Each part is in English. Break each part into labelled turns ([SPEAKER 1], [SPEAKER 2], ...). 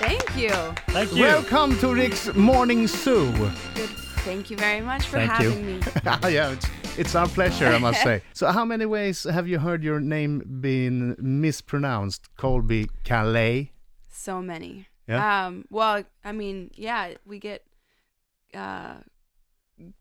[SPEAKER 1] you.
[SPEAKER 2] Thank you.
[SPEAKER 3] Welcome to Rick's Morning Zoo.
[SPEAKER 1] Good. Thank you very much for
[SPEAKER 2] Thank you.
[SPEAKER 1] having me.
[SPEAKER 3] yeah, it's, it's our pleasure, I must say. So, how many ways have you heard your name being mispronounced? Colby Calais?
[SPEAKER 1] So many.
[SPEAKER 3] Yeah.
[SPEAKER 1] Um, well, I mean, yeah, we get uh,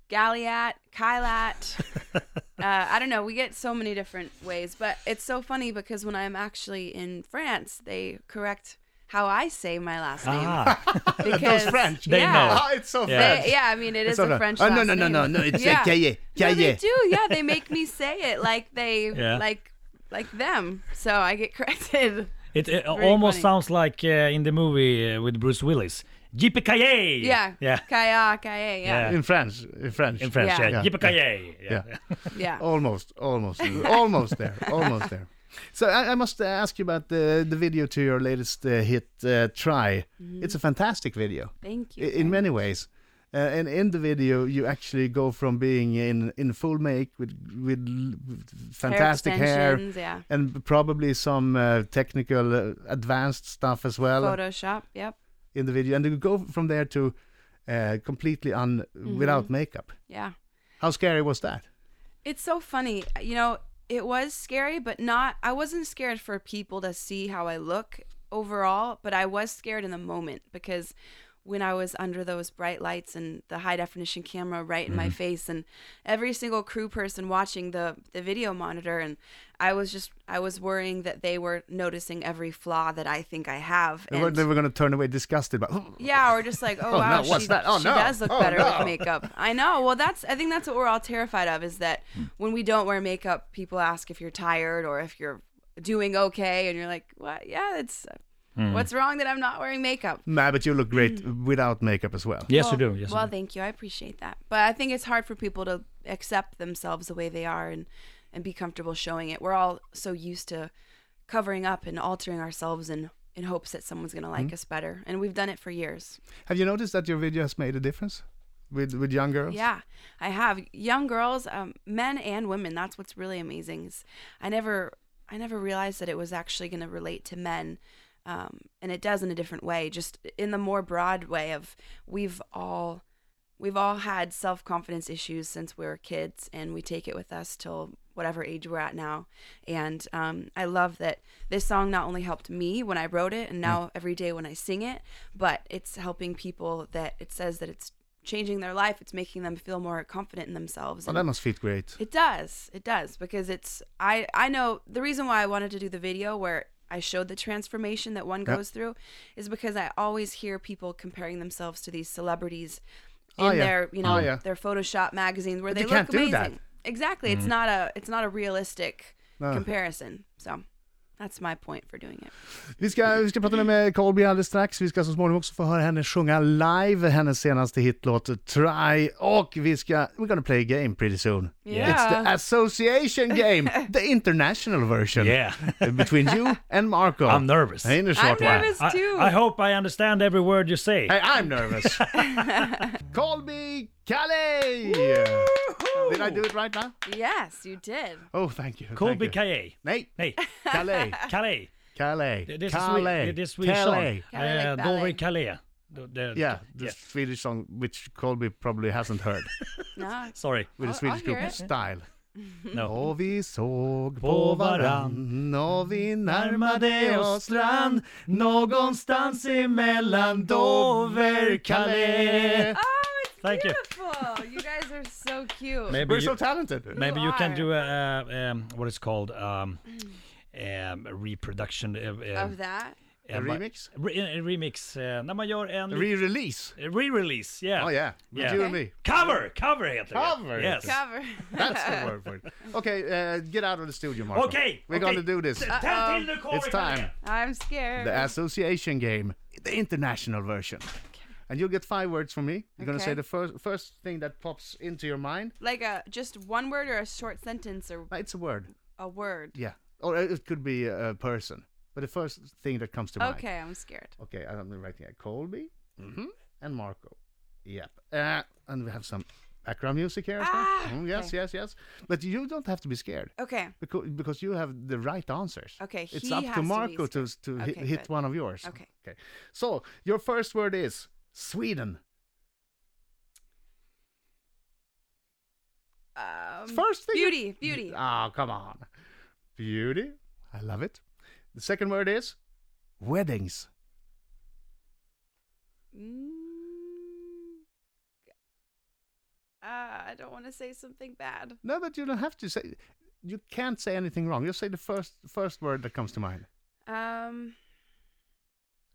[SPEAKER 1] Galliat, Kylat. uh, I don't know. We get so many different ways, but it's so funny because when I'm actually in France, they correct how I say my last name.
[SPEAKER 2] Ah,
[SPEAKER 1] Because,
[SPEAKER 3] French.
[SPEAKER 2] They
[SPEAKER 1] yeah.
[SPEAKER 2] know.
[SPEAKER 3] Ah, it's so
[SPEAKER 2] Yeah.
[SPEAKER 3] French.
[SPEAKER 1] They- Oh. yeah, I mean, it
[SPEAKER 3] It's
[SPEAKER 1] is
[SPEAKER 3] so
[SPEAKER 1] a French
[SPEAKER 3] Oh,
[SPEAKER 1] last
[SPEAKER 3] no, no, no,
[SPEAKER 1] name.
[SPEAKER 3] no, no. It's yeah.
[SPEAKER 1] Yeah.
[SPEAKER 3] Calais.
[SPEAKER 1] No, they
[SPEAKER 3] Calais.
[SPEAKER 1] do. Yeah, they make me say it like they
[SPEAKER 2] Yeah.
[SPEAKER 1] like like them. So I get corrected.
[SPEAKER 2] it, it
[SPEAKER 1] Very
[SPEAKER 2] almost
[SPEAKER 1] funny.
[SPEAKER 2] sounds like uh, in the movie uh, with Bruce Willis. Yippee-ki-yay!
[SPEAKER 1] Yeah.
[SPEAKER 2] Yeah.
[SPEAKER 1] Kaya, kaya. Yeah.
[SPEAKER 3] In French. In French.
[SPEAKER 2] In French,
[SPEAKER 1] Yeah.
[SPEAKER 2] yeah.
[SPEAKER 3] Yeah.
[SPEAKER 2] Yippee-ki-yay! Yeah.
[SPEAKER 3] Yeah.
[SPEAKER 1] Yeah.
[SPEAKER 3] Almost, almost, almost there, almost there. So I, I must ask you about the the video to your latest uh, hit, uh, "Try."
[SPEAKER 1] Mm-hmm.
[SPEAKER 3] It's a fantastic video
[SPEAKER 1] Thank
[SPEAKER 3] i-
[SPEAKER 1] you.
[SPEAKER 3] in many ways, uh, and in the video you actually go from being in in full make with with l- with fantastic hair,
[SPEAKER 1] extensions, Yeah.
[SPEAKER 3] and probably some uh, technical uh, advanced stuff as well
[SPEAKER 1] Photoshop. Yep.
[SPEAKER 3] in the video, and you go from there to uh, completely un
[SPEAKER 1] Mm-hmm.
[SPEAKER 3] without makeup.
[SPEAKER 1] Yeah.
[SPEAKER 3] How scary was that?
[SPEAKER 1] It's so funny. You know, it was scary, but not. I wasn't scared for people to see how I look overall, but I was scared in the moment because when I was under those bright lights and the high definition camera right in my
[SPEAKER 3] Mm-hmm.
[SPEAKER 1] face and every single crew person watching the the video monitor and I was just I was worrying that they were noticing every flaw that I think I have
[SPEAKER 3] They were,
[SPEAKER 1] and-
[SPEAKER 3] they were going to turn away disgusted, but
[SPEAKER 1] Yeah, or just like, oh, wow,
[SPEAKER 3] no, what's
[SPEAKER 1] she,
[SPEAKER 3] that? Oh,
[SPEAKER 1] she
[SPEAKER 3] no.
[SPEAKER 1] does look
[SPEAKER 3] Oh,
[SPEAKER 1] better
[SPEAKER 3] no.
[SPEAKER 1] with makeup. I know. Well, that's I think that's what we're all terrified of is that
[SPEAKER 2] Hmm.
[SPEAKER 1] when we don't wear makeup, people ask if you're tired or if you're doing okay, and you're like, what? Yeah, it's
[SPEAKER 2] Hmm.
[SPEAKER 1] what's wrong that I'm not wearing makeup.
[SPEAKER 3] Nah, but you look great
[SPEAKER 1] Mm.
[SPEAKER 3] without makeup as well.
[SPEAKER 2] Yes,
[SPEAKER 1] well,
[SPEAKER 2] you do. Yes,
[SPEAKER 1] well,
[SPEAKER 2] you do.
[SPEAKER 1] thank you. I appreciate that, but I think it's hard for people to accept themselves the way they are and and be comfortable showing it. We're all so used to covering up and altering ourselves in in hopes that someone's gonna
[SPEAKER 2] Hmm.
[SPEAKER 1] like us better, and we've done it for years.
[SPEAKER 3] Have you noticed that your video has made a difference with with young girls?
[SPEAKER 1] Yeah, I have young girls, um, men and women. That's what's really amazing. Is I never, I never realized that it was actually going to relate to men, um, and it does in a different way. Just in the more broad way of we've all, we've all had self confidence issues since we were kids, and we take it with us till whatever age we're at now. And um, I love that this song not only helped me when I wrote it, and
[SPEAKER 3] Mm.
[SPEAKER 1] now every day when I sing it, but it's helping people that it says that it's changing their life. It's making them feel more confident in themselves.
[SPEAKER 3] Well,
[SPEAKER 1] and-
[SPEAKER 3] that must feel great.
[SPEAKER 1] it does. It does because it's I I know the reason why I wanted to do the video where I showed the transformation that one
[SPEAKER 3] Yeah.
[SPEAKER 1] goes through is because I always hear people comparing themselves to these celebrities in
[SPEAKER 3] Oh, yeah.
[SPEAKER 1] their, you know,
[SPEAKER 3] Oh, yeah.
[SPEAKER 1] their Photoshop magazines where
[SPEAKER 3] But
[SPEAKER 1] they
[SPEAKER 3] you
[SPEAKER 1] look
[SPEAKER 3] can't do
[SPEAKER 1] amazing.
[SPEAKER 3] that. Mm.
[SPEAKER 1] Exactly. It's not a it's not a realistic
[SPEAKER 3] No.
[SPEAKER 1] comparison. So that's my point for doing it.
[SPEAKER 3] Vi ska, vi ska prata med Colby alldeles strax. Vi ska så småningom också få höra henne sjunga live hennes senaste hitlåt Try. Och vi ska, we're gonna play a game pretty soon.
[SPEAKER 1] Yeah.
[SPEAKER 3] It's the association game, the international version.
[SPEAKER 2] Yeah.
[SPEAKER 3] Between you and Marco.
[SPEAKER 2] I'm nervous.
[SPEAKER 3] In a short
[SPEAKER 1] I'm
[SPEAKER 3] while.
[SPEAKER 1] nervous
[SPEAKER 2] I,
[SPEAKER 1] too.
[SPEAKER 2] I hope I understand every word you say.
[SPEAKER 3] Hey, I'm nervous. Colby Calais! Did I do it right now?
[SPEAKER 1] yes, you did.
[SPEAKER 3] Oh, thank you.
[SPEAKER 2] Colby
[SPEAKER 3] thank you.
[SPEAKER 2] Kaye.
[SPEAKER 3] Nej,
[SPEAKER 2] Hey,
[SPEAKER 3] Calais.
[SPEAKER 2] Calais.
[SPEAKER 3] Calais.
[SPEAKER 2] Th- This
[SPEAKER 3] Calais.
[SPEAKER 2] is Swe- this Swedish
[SPEAKER 3] Calais.
[SPEAKER 2] song. Uh,
[SPEAKER 1] Calais, like ballet.
[SPEAKER 2] Dover Calais. The- the-
[SPEAKER 3] Yeah, the
[SPEAKER 2] yeah.
[SPEAKER 3] Swedish song which Colby probably hasn't heard
[SPEAKER 1] No.
[SPEAKER 2] Sorry.
[SPEAKER 3] with
[SPEAKER 1] I'll-
[SPEAKER 3] the Swedish
[SPEAKER 1] I'll hear
[SPEAKER 3] group
[SPEAKER 1] it.
[SPEAKER 3] Style.
[SPEAKER 1] Hmm?
[SPEAKER 2] No.
[SPEAKER 3] Och vi såg på
[SPEAKER 2] På
[SPEAKER 3] varann och vi närmade oss strand någonstans emellan Dover, Calais.
[SPEAKER 1] Oh, it's
[SPEAKER 2] Thank you.
[SPEAKER 1] beautiful. You guys are so cute.
[SPEAKER 2] Maybe
[SPEAKER 3] We're so
[SPEAKER 2] you,
[SPEAKER 3] talented.
[SPEAKER 2] maybe you can
[SPEAKER 1] are.
[SPEAKER 2] do a, uh, um, what it's called um, um, a reproduction. Uh,
[SPEAKER 1] Of that.
[SPEAKER 3] A remix?
[SPEAKER 2] Re, en remix. Uh, när man gör en
[SPEAKER 3] Re-release.
[SPEAKER 2] re-release. Yeah.
[SPEAKER 3] Oh yeah, with
[SPEAKER 2] Yeah.
[SPEAKER 3] you and me.
[SPEAKER 2] Cover! Cover heter det.
[SPEAKER 3] Cover.
[SPEAKER 2] Yes.
[SPEAKER 1] Cover.
[SPEAKER 3] That's the word for it. Okay, uh, get out of the studio, Marco.
[SPEAKER 2] Okay.
[SPEAKER 3] We're
[SPEAKER 2] okay. Uh,
[SPEAKER 3] gonna do this.
[SPEAKER 2] T- Tänd till nu, Colby
[SPEAKER 3] It's time.
[SPEAKER 2] Kaye.
[SPEAKER 1] I'm scared.
[SPEAKER 3] The association game, the international version. And you'll get five words from me. You're gonna
[SPEAKER 1] Okay.
[SPEAKER 3] say the first first thing that pops into your mind.
[SPEAKER 1] like a just one word or a short sentence or
[SPEAKER 3] Uh, It's a word.
[SPEAKER 1] a word.
[SPEAKER 3] Yeah. Or it could be a a person. But the first thing that comes to mind.
[SPEAKER 1] Okay, I'm scared.
[SPEAKER 3] Okay, I'm writing it. Colby mm-hmm. Ah, and Marco. Yep. Uh, and we have some background music here. as well.
[SPEAKER 1] Ah,
[SPEAKER 3] Mm, yes,
[SPEAKER 1] okay.
[SPEAKER 3] yes, yes. But you don't have to be scared
[SPEAKER 1] Okay.
[SPEAKER 3] because because you have the right answers.
[SPEAKER 1] Okay,
[SPEAKER 3] it's
[SPEAKER 1] he
[SPEAKER 3] up
[SPEAKER 1] has
[SPEAKER 3] to
[SPEAKER 1] to be
[SPEAKER 3] Marco to to, hi-
[SPEAKER 1] Okay,
[SPEAKER 3] hit
[SPEAKER 1] good.
[SPEAKER 3] one of yours.
[SPEAKER 1] Okay.
[SPEAKER 3] Okay. So your first word is Sweden.
[SPEAKER 1] Um,
[SPEAKER 3] First thing. you-
[SPEAKER 1] beauty, beauty.
[SPEAKER 3] Oh, come on. Beauty. I love it. The second word is weddings.
[SPEAKER 1] Mm. Ah, I don't want to say something bad.
[SPEAKER 3] No, but you don't have to say. You can't say anything wrong. You say the first first word that comes to mind.
[SPEAKER 1] Um,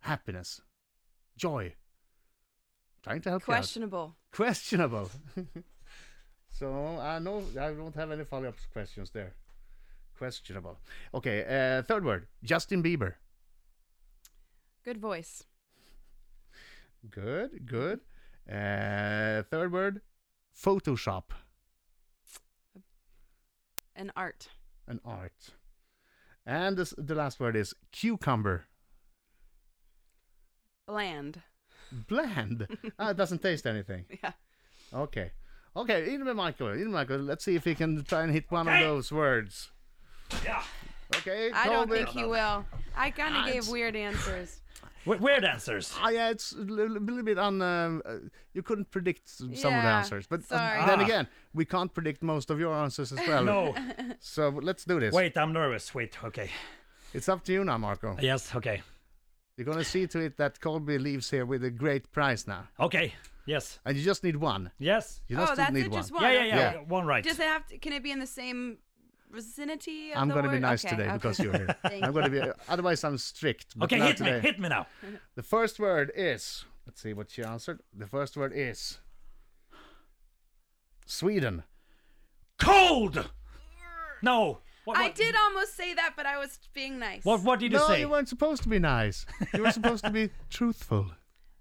[SPEAKER 3] Happiness, joy. Trying to help you
[SPEAKER 1] questionable.
[SPEAKER 3] out. Questionable. so I know I don't have any follow up questions there. Questionable. Okay. Uh, third word. Justin Bieber.
[SPEAKER 1] Good voice.
[SPEAKER 3] Good. Good. Uh, third word. Photoshop.
[SPEAKER 1] An art.
[SPEAKER 3] An art. And this, the last word is cucumber.
[SPEAKER 1] Bland.
[SPEAKER 3] Bland. ah, it doesn't taste anything.
[SPEAKER 1] Yeah.
[SPEAKER 3] Okay. Okay, in with Michael. In with Michael. Let's see if he can try and hit one of those words.
[SPEAKER 2] Yeah.
[SPEAKER 3] Okay,
[SPEAKER 1] I don't
[SPEAKER 3] Colby.
[SPEAKER 1] think he will. I kind of gave
[SPEAKER 2] it's-
[SPEAKER 1] weird answers.
[SPEAKER 2] We're, we're dancers.
[SPEAKER 3] Ah, yeah, it's a little, little bit on. Um, uh, you couldn't predict some of the
[SPEAKER 1] Yeah,
[SPEAKER 3] answers, but uh,
[SPEAKER 1] sorry.
[SPEAKER 3] then
[SPEAKER 2] Ah.
[SPEAKER 3] again, we can't predict most of your answers as well.
[SPEAKER 2] No.
[SPEAKER 3] So let's do this.
[SPEAKER 2] Wait, I'm nervous. Wait, okay.
[SPEAKER 3] It's up to you now, Marco.
[SPEAKER 2] Yes, okay.
[SPEAKER 3] You're gonna see to it that Colby leaves here with a great prize now,
[SPEAKER 2] Okay. Yes.
[SPEAKER 3] and you just need one.
[SPEAKER 2] Yes.
[SPEAKER 3] You just
[SPEAKER 1] Oh, that's
[SPEAKER 3] need
[SPEAKER 1] it.
[SPEAKER 3] one.
[SPEAKER 1] Just one.
[SPEAKER 2] yeah, yeah, yeah,
[SPEAKER 3] Yeah.
[SPEAKER 1] okay.
[SPEAKER 2] One right.
[SPEAKER 1] Does it have to? Can it be in the same vicinity? Of
[SPEAKER 3] I'm
[SPEAKER 1] the
[SPEAKER 3] gonna be
[SPEAKER 1] word?
[SPEAKER 3] nice
[SPEAKER 1] Okay,
[SPEAKER 3] today
[SPEAKER 1] okay.
[SPEAKER 3] because you're here.
[SPEAKER 1] Thank
[SPEAKER 3] I'm gonna be. Otherwise, I'm strict. But
[SPEAKER 2] okay,
[SPEAKER 3] not
[SPEAKER 2] hit
[SPEAKER 3] today.
[SPEAKER 2] me. Hit me now.
[SPEAKER 3] The first word is. Let's see what she answered. The first word is. Sweden.
[SPEAKER 2] Cold. No. What,
[SPEAKER 1] I
[SPEAKER 2] what-
[SPEAKER 1] did almost say that, but I was being nice.
[SPEAKER 2] What? What did you
[SPEAKER 3] no,
[SPEAKER 2] say?
[SPEAKER 3] you weren't supposed to be nice. You were supposed to be truthful.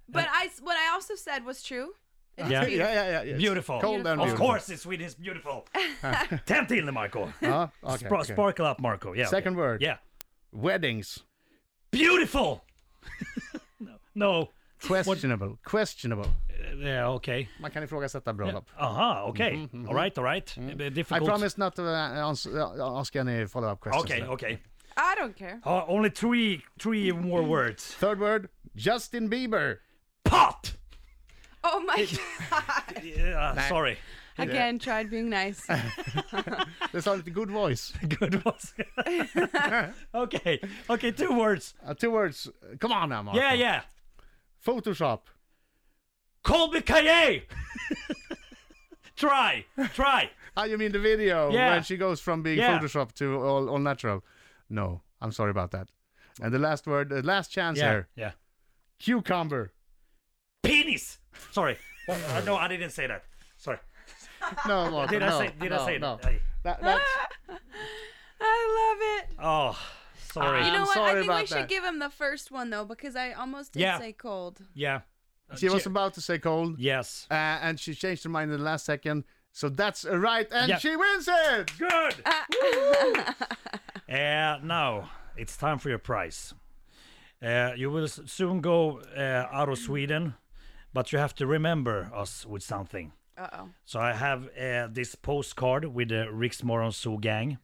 [SPEAKER 1] But I, s- what I also said was true. It is
[SPEAKER 2] Yeah.
[SPEAKER 1] beautiful.
[SPEAKER 3] yeah, yeah. yes.
[SPEAKER 2] Beautiful.
[SPEAKER 3] Cold and
[SPEAKER 2] Of
[SPEAKER 3] beautiful.
[SPEAKER 2] course, in Sweden is beautiful. Ten till, Marco.
[SPEAKER 3] Ah, okay,
[SPEAKER 2] Spar-
[SPEAKER 3] okay.
[SPEAKER 2] Sparkle up, Marco. Yeah. okay.
[SPEAKER 3] Second word.
[SPEAKER 2] Yeah.
[SPEAKER 3] Weddings.
[SPEAKER 2] Beautiful. no. No.
[SPEAKER 3] Questionable. Questionable.
[SPEAKER 2] Eh, Yeah. Okay.
[SPEAKER 3] Man kan ifrågasätta bröllop.
[SPEAKER 2] Aha. Okay. All right. All right. Eh,
[SPEAKER 3] Mm-hmm, Mm. I
[SPEAKER 2] Difficult.
[SPEAKER 3] promise not to uh, ans- uh, ask any follow-up questions.
[SPEAKER 2] Okay.
[SPEAKER 3] there.
[SPEAKER 2] Okay.
[SPEAKER 1] I don't care.
[SPEAKER 2] Uh, only three. Three more words.
[SPEAKER 3] Third word. Justin Bieber.
[SPEAKER 2] Pot.
[SPEAKER 1] Oh my god!
[SPEAKER 2] Yeah, sorry.
[SPEAKER 1] Again, tried being nice.
[SPEAKER 3] Det sa lite good voice.
[SPEAKER 2] Good was. okay. Okay. Two words.
[SPEAKER 3] Uh, two words. Come on now, Marco.
[SPEAKER 2] Yeah. Yeah.
[SPEAKER 3] Photoshop.
[SPEAKER 2] Colby Kaye. try. Try.
[SPEAKER 3] Ah, you mean the video
[SPEAKER 2] Yeah.
[SPEAKER 3] when she goes from being
[SPEAKER 2] Yeah.
[SPEAKER 3] Photoshop to all, all natural? No, I'm sorry about that. And the last word, the last chance
[SPEAKER 2] Yeah.
[SPEAKER 3] here,
[SPEAKER 2] Yeah.
[SPEAKER 3] cucumber.
[SPEAKER 2] Penis. Sorry. Uh, no, I didn't say that. Sorry.
[SPEAKER 3] No, Marco,
[SPEAKER 2] Did
[SPEAKER 3] no,
[SPEAKER 2] I say? Did
[SPEAKER 3] no,
[SPEAKER 2] I say
[SPEAKER 3] no.
[SPEAKER 2] that? I-
[SPEAKER 3] That- that's,
[SPEAKER 1] I love it.
[SPEAKER 2] Oh, sorry.
[SPEAKER 1] You
[SPEAKER 3] I'm
[SPEAKER 1] know what?
[SPEAKER 3] sorry
[SPEAKER 1] I think we
[SPEAKER 3] about
[SPEAKER 1] should
[SPEAKER 3] that.
[SPEAKER 1] give him the first one though, because I almost did
[SPEAKER 2] Yeah.
[SPEAKER 1] say cold.
[SPEAKER 2] yeah.
[SPEAKER 3] she was about to say cold,
[SPEAKER 2] Yes.
[SPEAKER 3] uh, and she changed her mind in the last second. So that's a right, and
[SPEAKER 2] Yeah.
[SPEAKER 3] she wins it.
[SPEAKER 2] Good. uh, now it's time for your prize. Uh, you will s- soon go uh, out of Sweden, but you have to remember us with something.
[SPEAKER 1] Uh oh.
[SPEAKER 2] So I have uh, this postcard with the Rick's Moron Zoo gang,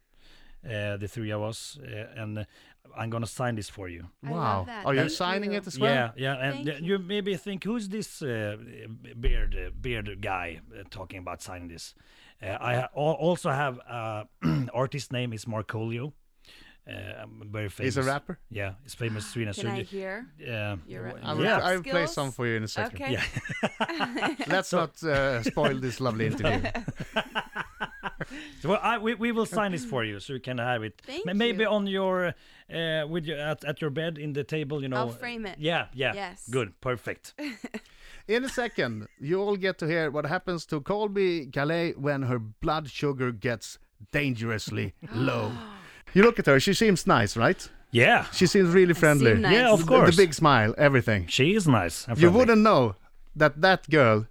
[SPEAKER 2] uh, the three of us, uh, and uh, I'm gonna sign this for you.
[SPEAKER 1] I
[SPEAKER 3] wow,
[SPEAKER 1] love that.
[SPEAKER 3] are you
[SPEAKER 1] Thank
[SPEAKER 3] signing
[SPEAKER 1] you.
[SPEAKER 3] it as well?
[SPEAKER 2] yeah, yeah, and
[SPEAKER 1] Thank
[SPEAKER 2] uh, you. maybe think who's this uh, beard uh, beard guy uh, talking about signing this? Uh, I ha- al- also have uh, artist name is Marcolio. Uh, I'm very famous.
[SPEAKER 3] He's a rapper.
[SPEAKER 2] Yeah, he's famous Swedish.
[SPEAKER 1] Can I hear?
[SPEAKER 2] Yeah.
[SPEAKER 1] Your rap-
[SPEAKER 3] I
[SPEAKER 1] I'm
[SPEAKER 3] will,
[SPEAKER 2] yeah.
[SPEAKER 1] rap-
[SPEAKER 3] I will play
[SPEAKER 1] Skills?
[SPEAKER 3] some for you in a second.
[SPEAKER 1] Okay.
[SPEAKER 2] Yeah.
[SPEAKER 3] Let's not uh, spoil this lovely interview.
[SPEAKER 2] So, well, I, we, we will sign this for you, so you can have it.
[SPEAKER 1] Thank
[SPEAKER 2] Ma- Maybe
[SPEAKER 1] you.
[SPEAKER 2] on your, uh, with your at, at your bed in the table, you know.
[SPEAKER 1] I'll frame it.
[SPEAKER 2] Yeah, yeah.
[SPEAKER 1] Yes.
[SPEAKER 2] Good, perfect.
[SPEAKER 3] In a second, you all get to hear what happens to Colby Calais when her blood sugar gets dangerously low. you look at her, she seems nice, right?
[SPEAKER 2] Yeah,
[SPEAKER 3] She seems really friendly.
[SPEAKER 1] nice.
[SPEAKER 2] yeah.
[SPEAKER 1] The-
[SPEAKER 2] Of
[SPEAKER 3] The-
[SPEAKER 2] course.
[SPEAKER 3] The, big smile, everything.
[SPEAKER 2] She is nice. and
[SPEAKER 3] You
[SPEAKER 2] friendly.
[SPEAKER 3] wouldn't know that that girl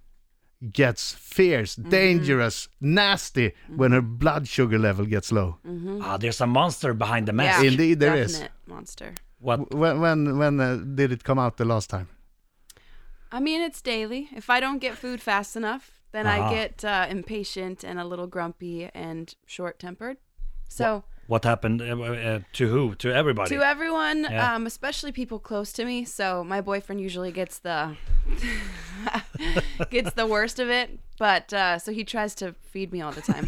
[SPEAKER 3] gets fierce, dangerous, nasty when her blood sugar level gets low.
[SPEAKER 2] Ah, there's a monster behind the mask.
[SPEAKER 1] Yeah.
[SPEAKER 3] Indeed, there is.
[SPEAKER 1] Definite monster.
[SPEAKER 2] What?
[SPEAKER 3] When when when uh, did it come out the last time?
[SPEAKER 1] I mean, it's daily. If I don't get food fast enough, Then
[SPEAKER 2] Uh-huh.
[SPEAKER 1] I get uh, impatient and a little grumpy and short tempered. So
[SPEAKER 2] What happened uh, uh, to who? To everybody.
[SPEAKER 1] to everyone,
[SPEAKER 2] Yeah.
[SPEAKER 1] um, especially people close to me. So my boyfriend usually gets the gets the worst of it, but uh, so he tries to feed me all the time.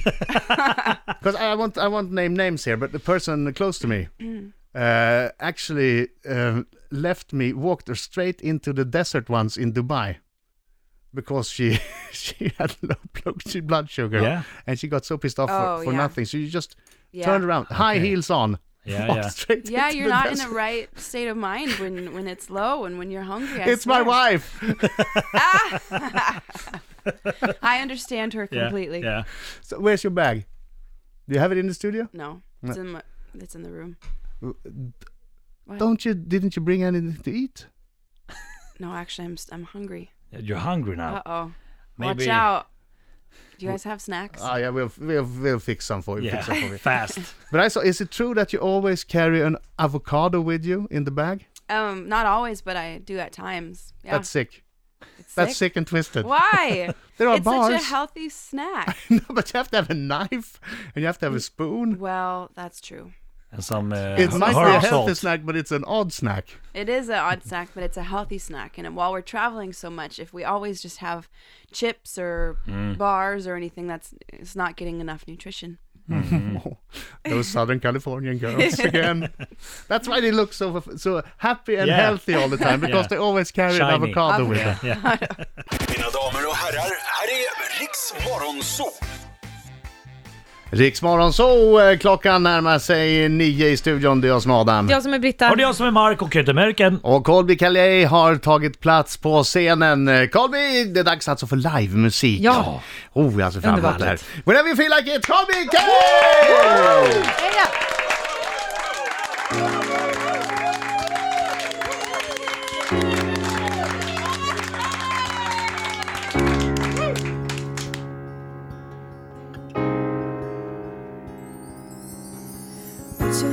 [SPEAKER 3] Because I want I won't name names here, but the person close to me uh, actually um left me, walked straight into the desert once in Dubai because she she had low blood, she blood sugar,
[SPEAKER 2] Yeah.
[SPEAKER 3] and she got so pissed off
[SPEAKER 1] Oh,
[SPEAKER 3] for, for
[SPEAKER 1] yeah.
[SPEAKER 3] nothing. So you just
[SPEAKER 1] Yeah.
[SPEAKER 3] turned around, high heels on,
[SPEAKER 2] Yeah,
[SPEAKER 3] walked
[SPEAKER 2] yeah.
[SPEAKER 3] straight
[SPEAKER 1] yeah,
[SPEAKER 3] into
[SPEAKER 1] you're
[SPEAKER 3] the
[SPEAKER 1] not in
[SPEAKER 3] desert.
[SPEAKER 1] the right state of mind when when it's low and when you're hungry. I
[SPEAKER 3] It's my
[SPEAKER 1] swear.
[SPEAKER 3] wife.
[SPEAKER 1] I understand her
[SPEAKER 2] Yeah,
[SPEAKER 1] completely.
[SPEAKER 2] Yeah.
[SPEAKER 3] So where's your bag? Do you have it in the studio?
[SPEAKER 1] No, it's in my, it's in the room. What?
[SPEAKER 3] Don't you? Didn't you bring anything to eat?
[SPEAKER 1] No, actually, I'm s- I'm hungry.
[SPEAKER 2] You're hungry now.
[SPEAKER 1] Uh oh. Watch
[SPEAKER 2] Maybe-
[SPEAKER 1] out. Do you guys have snacks?
[SPEAKER 3] Ah, yeah, we'll we'll, we'll fix some for you.
[SPEAKER 2] yeah.
[SPEAKER 3] Fix some for you.
[SPEAKER 2] Fast.
[SPEAKER 3] But I saw, is it true that you always carry an avocado with you in the bag?
[SPEAKER 1] um, not always, but I do at times. Yeah,
[SPEAKER 3] That's sick.
[SPEAKER 1] it's
[SPEAKER 3] That's sick and twisted.
[SPEAKER 1] Why?
[SPEAKER 3] There are
[SPEAKER 1] it's
[SPEAKER 3] bars.
[SPEAKER 1] such a healthy snack.
[SPEAKER 3] no, but you have to have a knife and you have to have a spoon.
[SPEAKER 1] well, that's true.
[SPEAKER 2] And some. Uh,
[SPEAKER 3] It
[SPEAKER 2] h-
[SPEAKER 3] might be
[SPEAKER 2] herb
[SPEAKER 3] a healthy
[SPEAKER 2] salt.
[SPEAKER 3] snack, but it's an odd snack.
[SPEAKER 1] It is an odd snack, but it's a healthy snack. And while we're traveling so much, if we always just have chips or
[SPEAKER 3] Mm.
[SPEAKER 1] bars or anything, that's it's not getting enough nutrition.
[SPEAKER 2] Mm.
[SPEAKER 3] Those Southern Californian girls again. That's why they look so so happy and
[SPEAKER 2] Yeah.
[SPEAKER 3] healthy all the time because
[SPEAKER 2] Yeah.
[SPEAKER 3] they always carry an
[SPEAKER 2] Shiny.
[SPEAKER 3] avocado with them.
[SPEAKER 2] Yeah, yeah.
[SPEAKER 4] Mina damer och herrar, här är Riks Morgonzoo!
[SPEAKER 3] Riksmorgon så eh, klockan närmar sig nio i studion. Det är jag som är Adam.
[SPEAKER 5] Jag som är Britta.
[SPEAKER 2] Och det är jag som är Mark och heter Merken.
[SPEAKER 3] Och Colby Calais har tagit plats på scenen. Eh, Colby, det är dags alltså för livemusik.
[SPEAKER 5] Ja.
[SPEAKER 3] Oh, jag ser fram emot
[SPEAKER 5] Underbart.
[SPEAKER 3] det här. Whenever you feel like it, Colby Calais!
[SPEAKER 6] Put your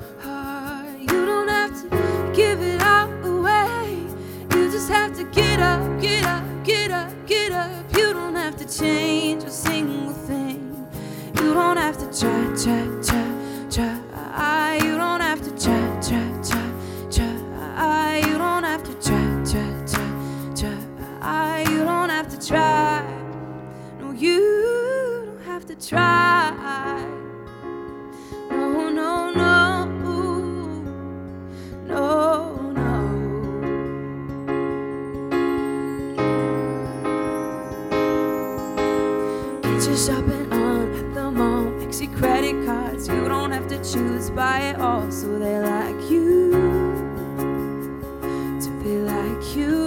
[SPEAKER 6] hard. You don't have to give it all away. You just have to get up, get up, get up, get up. You don't have to change a single thing. You don't have to try, try, try, try. You don't have to try, try, try, try. You don't have to try, try, try, try. You don't have to try. No, you don't have to try. No, no, no. No, no. Get your shopping on at the mall. Fix your credit cards. You don't have to choose. Buy it all so they like you. So they like you.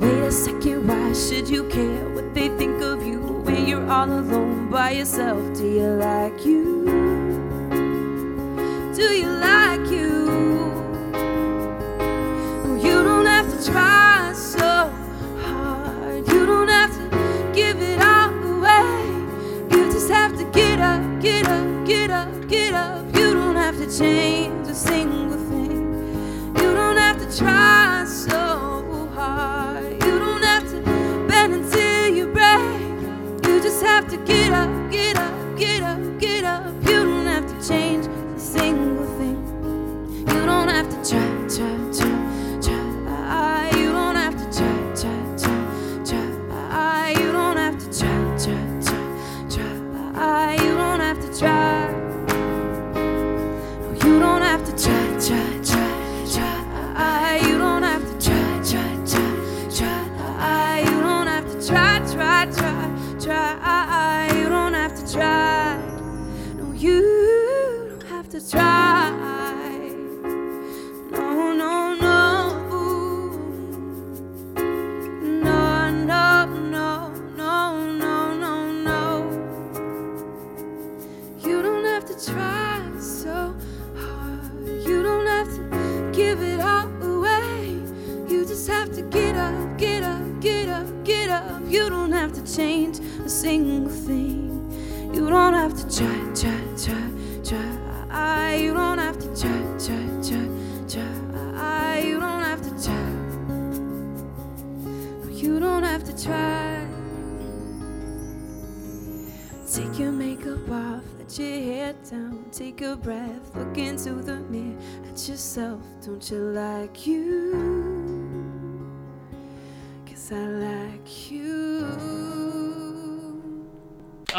[SPEAKER 6] Wait a second, why should you care what they think of you when you're all alone by yourself? Do you like you? Do you like you? No, You don't have to try so hard. You don't have to give it all away. You just have to get up, get up, get up, get up. You don't have to change a single thing. You don't have to try so hard. You don't have to bend until you break. You just have to get up, get up, get up, get up. You don't have to change a single thing. You don't have to try, try, try, try. You don't have to try, try, try, try. You don't have to try, try, try, try. You don't have to try. No, you don't have to try, try, try, try. You don't have to try, try, try, try. You don't have to try, try, try, try. You don't have to try. No, you don't have to try. No, no, no. give it all away. You just have to get up, get up, get up, get up. You don't have to change a single thing. You don't have to try, try, try, try. You don't have to try, try, try, try. You don't have to try. No, you don't have to try. Take your makeup off, let your hair down, take a breath, look into the mirror at yourself. Don't you like you? Cause I like you.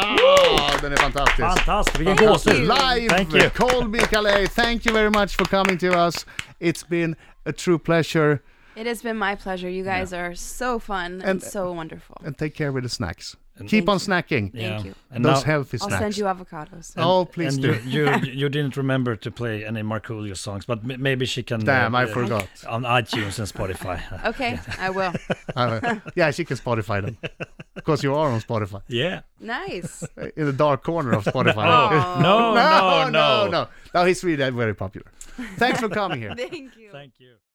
[SPEAKER 3] Ah, den är fantastisk. Alltså,
[SPEAKER 2] Fantastiskt, vilken
[SPEAKER 1] Thank
[SPEAKER 2] gåshud!
[SPEAKER 1] you.
[SPEAKER 3] Live,
[SPEAKER 2] Thank you.
[SPEAKER 3] Colby Calais, thank you very much for coming to us. It's been a true pleasure.
[SPEAKER 1] It has been my pleasure. You guys are so fun and,
[SPEAKER 3] And- uh,
[SPEAKER 1] so wonderful.
[SPEAKER 3] And take care with the snacks.
[SPEAKER 2] And-
[SPEAKER 3] Keep
[SPEAKER 1] Thank
[SPEAKER 3] on
[SPEAKER 1] you.
[SPEAKER 3] snacking.
[SPEAKER 1] Thank you.
[SPEAKER 2] And
[SPEAKER 3] Those
[SPEAKER 2] now-
[SPEAKER 3] healthy
[SPEAKER 1] I'll
[SPEAKER 3] snacks.
[SPEAKER 1] send you avocados.
[SPEAKER 2] And-
[SPEAKER 3] Oh, please
[SPEAKER 2] and
[SPEAKER 3] do.
[SPEAKER 2] You, you you didn't remember to play any Markoolio songs, but m- maybe she can.
[SPEAKER 3] Damn, I
[SPEAKER 2] uh,
[SPEAKER 3] forgot.
[SPEAKER 2] On iTunes and Spotify.
[SPEAKER 3] Oh.
[SPEAKER 1] Okay, I will.
[SPEAKER 3] Uh, yeah, she can Spotify them. Because you are on Spotify.
[SPEAKER 2] yeah.
[SPEAKER 1] Nice.
[SPEAKER 3] Uh, In the dark corner of Spotify.
[SPEAKER 1] Oh,
[SPEAKER 2] no, no,
[SPEAKER 3] no, no. No, he's really very popular. Thanks for coming here.
[SPEAKER 1] Thank you.
[SPEAKER 2] Thank you.